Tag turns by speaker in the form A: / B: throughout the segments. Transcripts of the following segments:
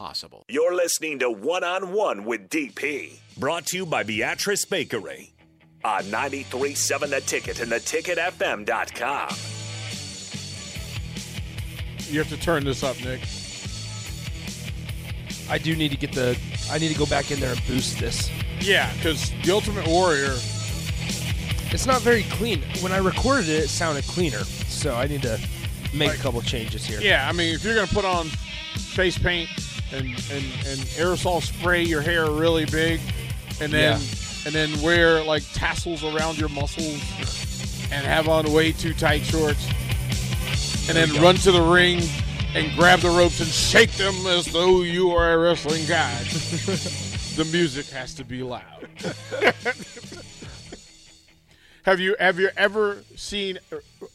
A: possible.
B: You're listening to One on One with DP
C: Brought to you by Beatrice Bakery.
B: on 93.7 The Ticket and theticketfm.com.
D: You have to turn this up, Nick.
E: I do need to get the. I need to go back in there and boost this.
D: Yeah, because the Ultimate Warrior.
E: It's not very clean. When I recorded it, it sounded cleaner. So I need to make a couple changes here.
D: Yeah, I mean, if you're gonna put on face paint and and, and aerosol spray your hair really big, and then and then wear like tassels around your muscles, and have on way too tight shorts, and then run to the ring and grab the ropes and shake them as though you are a wrestling guy. the music has to be loud. Have you have you ever seen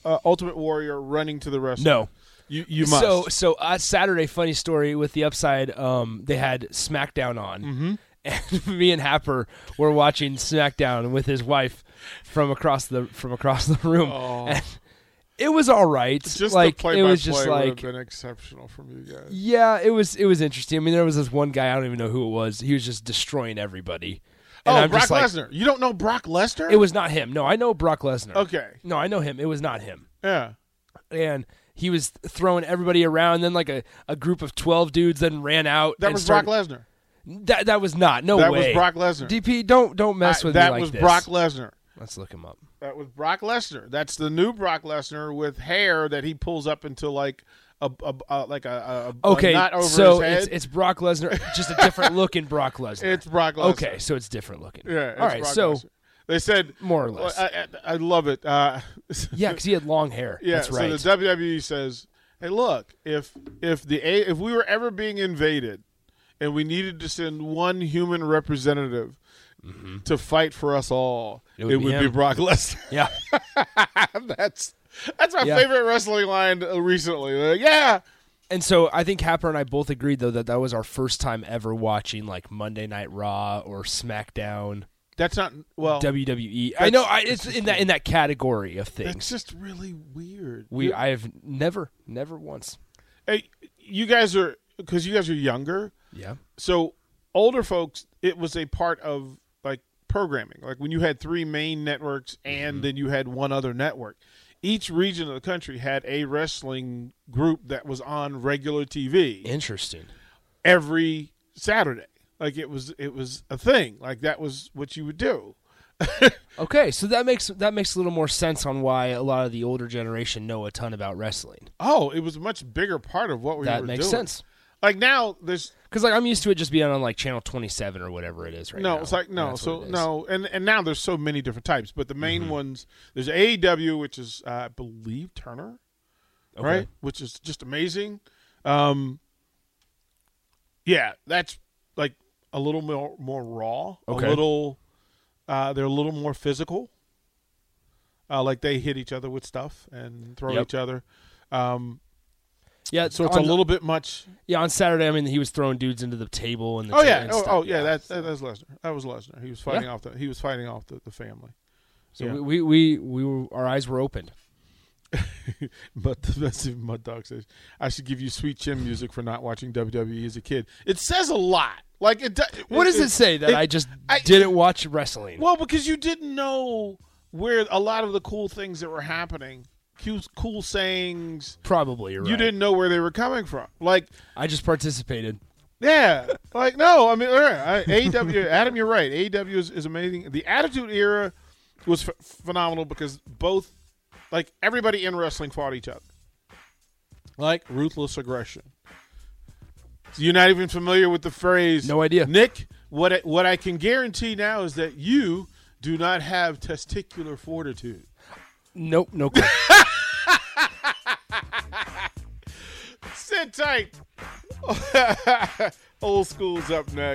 D: uh, Ultimate Warrior running to the wrestler?
E: No.
D: you you must.
E: So so uh, Saturday, funny story with the upside. Um, they had SmackDown on,
D: Mm-hmm.
E: and me and Happer were watching SmackDown with his wife from across the from across the room. And it was all right.
D: just
E: like
D: the play
E: it
D: by
E: was
D: play
E: just
D: would
E: like
D: have been exceptional from you guys.
E: Yeah, it was it was interesting. I mean, there was this one guy I don't even know who it was. He was just destroying everybody. And
D: oh,
E: I'm
D: Brock
E: just like,
D: Lesnar. You don't know Brock Lesnar?
E: It was not him. No, I know Brock Lesnar.
D: okay.
E: No, I know him. It was not him.
D: Yeah.
E: And he was throwing everybody around. Then like a, a group of twelve dudes then ran out.
D: That
E: and
D: was
E: started-
D: Brock Lesnar.
E: That that was not. No
D: That was
E: way.
D: Brock Lesnar.
E: DP, don't don't mess
D: I-
E: with me
D: that
E: like
D: was
E: this.
D: Brock Lesnar.
E: Let's look him up.
D: That was Brock Lesnar. That's the new Brock Lesnar with hair that he pulls up into like a, a, a like a, a a
E: Okay,
D: knot over
E: so
D: his head.
E: it's it's Brock Lesnar, just a different looking Brock Lesnar.
D: It's Brock Lesnar.
E: Okay, so it's different looking.
D: Yeah. it's
E: All right,
D: Brock
E: so
D: Lesnar. they said
E: more or less.
D: I, I, I love it. Uh,
E: yeah, because he had long hair.
D: Yeah,
E: That's right.
D: so the WWE says, "Hey, look, if if the A- if we were ever being invaded, and we needed to send one human representative
E: Mm-hmm.
D: to fight for us all, it would, be,
E: him.
D: Brock Lesnar."
E: yeah.
D: that's that's my
E: Yeah.
D: favorite wrestling line uh, recently. They're like, yeah,
E: And so I think Happer and I both agreed though that that was our first time ever watching like Monday Night Raw or SmackDown,
D: that's not well.
E: WWE. I know I, it's in that in that category of
D: that's
E: things.
D: just really weird.
E: We I have never never once.
D: Hey, you guys are because you guys are younger.
E: Yeah.
D: so older folks it was a part of like programming like when you had three main networks and
E: Mm-hmm.
D: then you had one other network each region of the country had a wrestling group that was on regular tv
E: Interesting.
D: every saturday like it was it was a thing like that was what you would do
E: Okay, so that makes that makes a little more sense on why a lot of the older generation know a ton about wrestling.
D: oh it was a much bigger part of what we
E: that
D: were
E: makes
D: doing.
E: sense.
D: like now there's
E: Cuz like I'm used to it just being on like channel 27 or whatever it is right now.
D: no it's like no
E: That's what
D: so
E: it is. Mm-hmm.
D: no and and now there's so many different types but the main ones there's aew which is uh, i believe turner
E: Okay.
D: right? Which is just amazing. Um, yeah, that's like a little more more raw.
E: Okay.
D: A little, uh, they're a little more physical. Uh, like they hit each other with stuff and throw
E: Yep.
D: each other. Um,
E: Yeah,
D: so it's a
E: on-
D: little bit much.
E: Yeah, on Saturday, I mean, he was throwing dudes into the table and the
D: Oh
E: ta-
D: yeah.
E: and
D: Oh,
E: stuff.
D: oh yeah. That's that, that's Lesnar. That was Lesnar. He was fighting
E: Yeah.
D: off the. He was fighting off the, the family.
E: So
D: yeah.
E: we, we we we were, our eyes were opened.
D: But that's even Mud Dog says I should give you sweet chin music for not watching WWE as a kid. It says a lot. Like it. do-
E: What does it say that
D: it-
E: I just
D: I-
E: didn't watch wrestling?
D: Well, because you didn't know where a lot of the cool things that were happening, cute, cool sayings,
E: Probably you're
D: you
E: right.
D: didn't know where they were coming from. Like,
E: I just participated.
D: yeah, like no, I mean, all right, I- AEW, Adam, you're right. AEW is, is amazing. The Attitude Era was ph phenomenal because both, like, everybody in wrestling fought each other. Like ruthless aggression. You're not even familiar with the phrase.
E: No idea.
D: Nick, what I, what I can guarantee now is that you do not have testicular fortitude.
E: Nope, no. clue.
D: Sit tight. Old school's up next.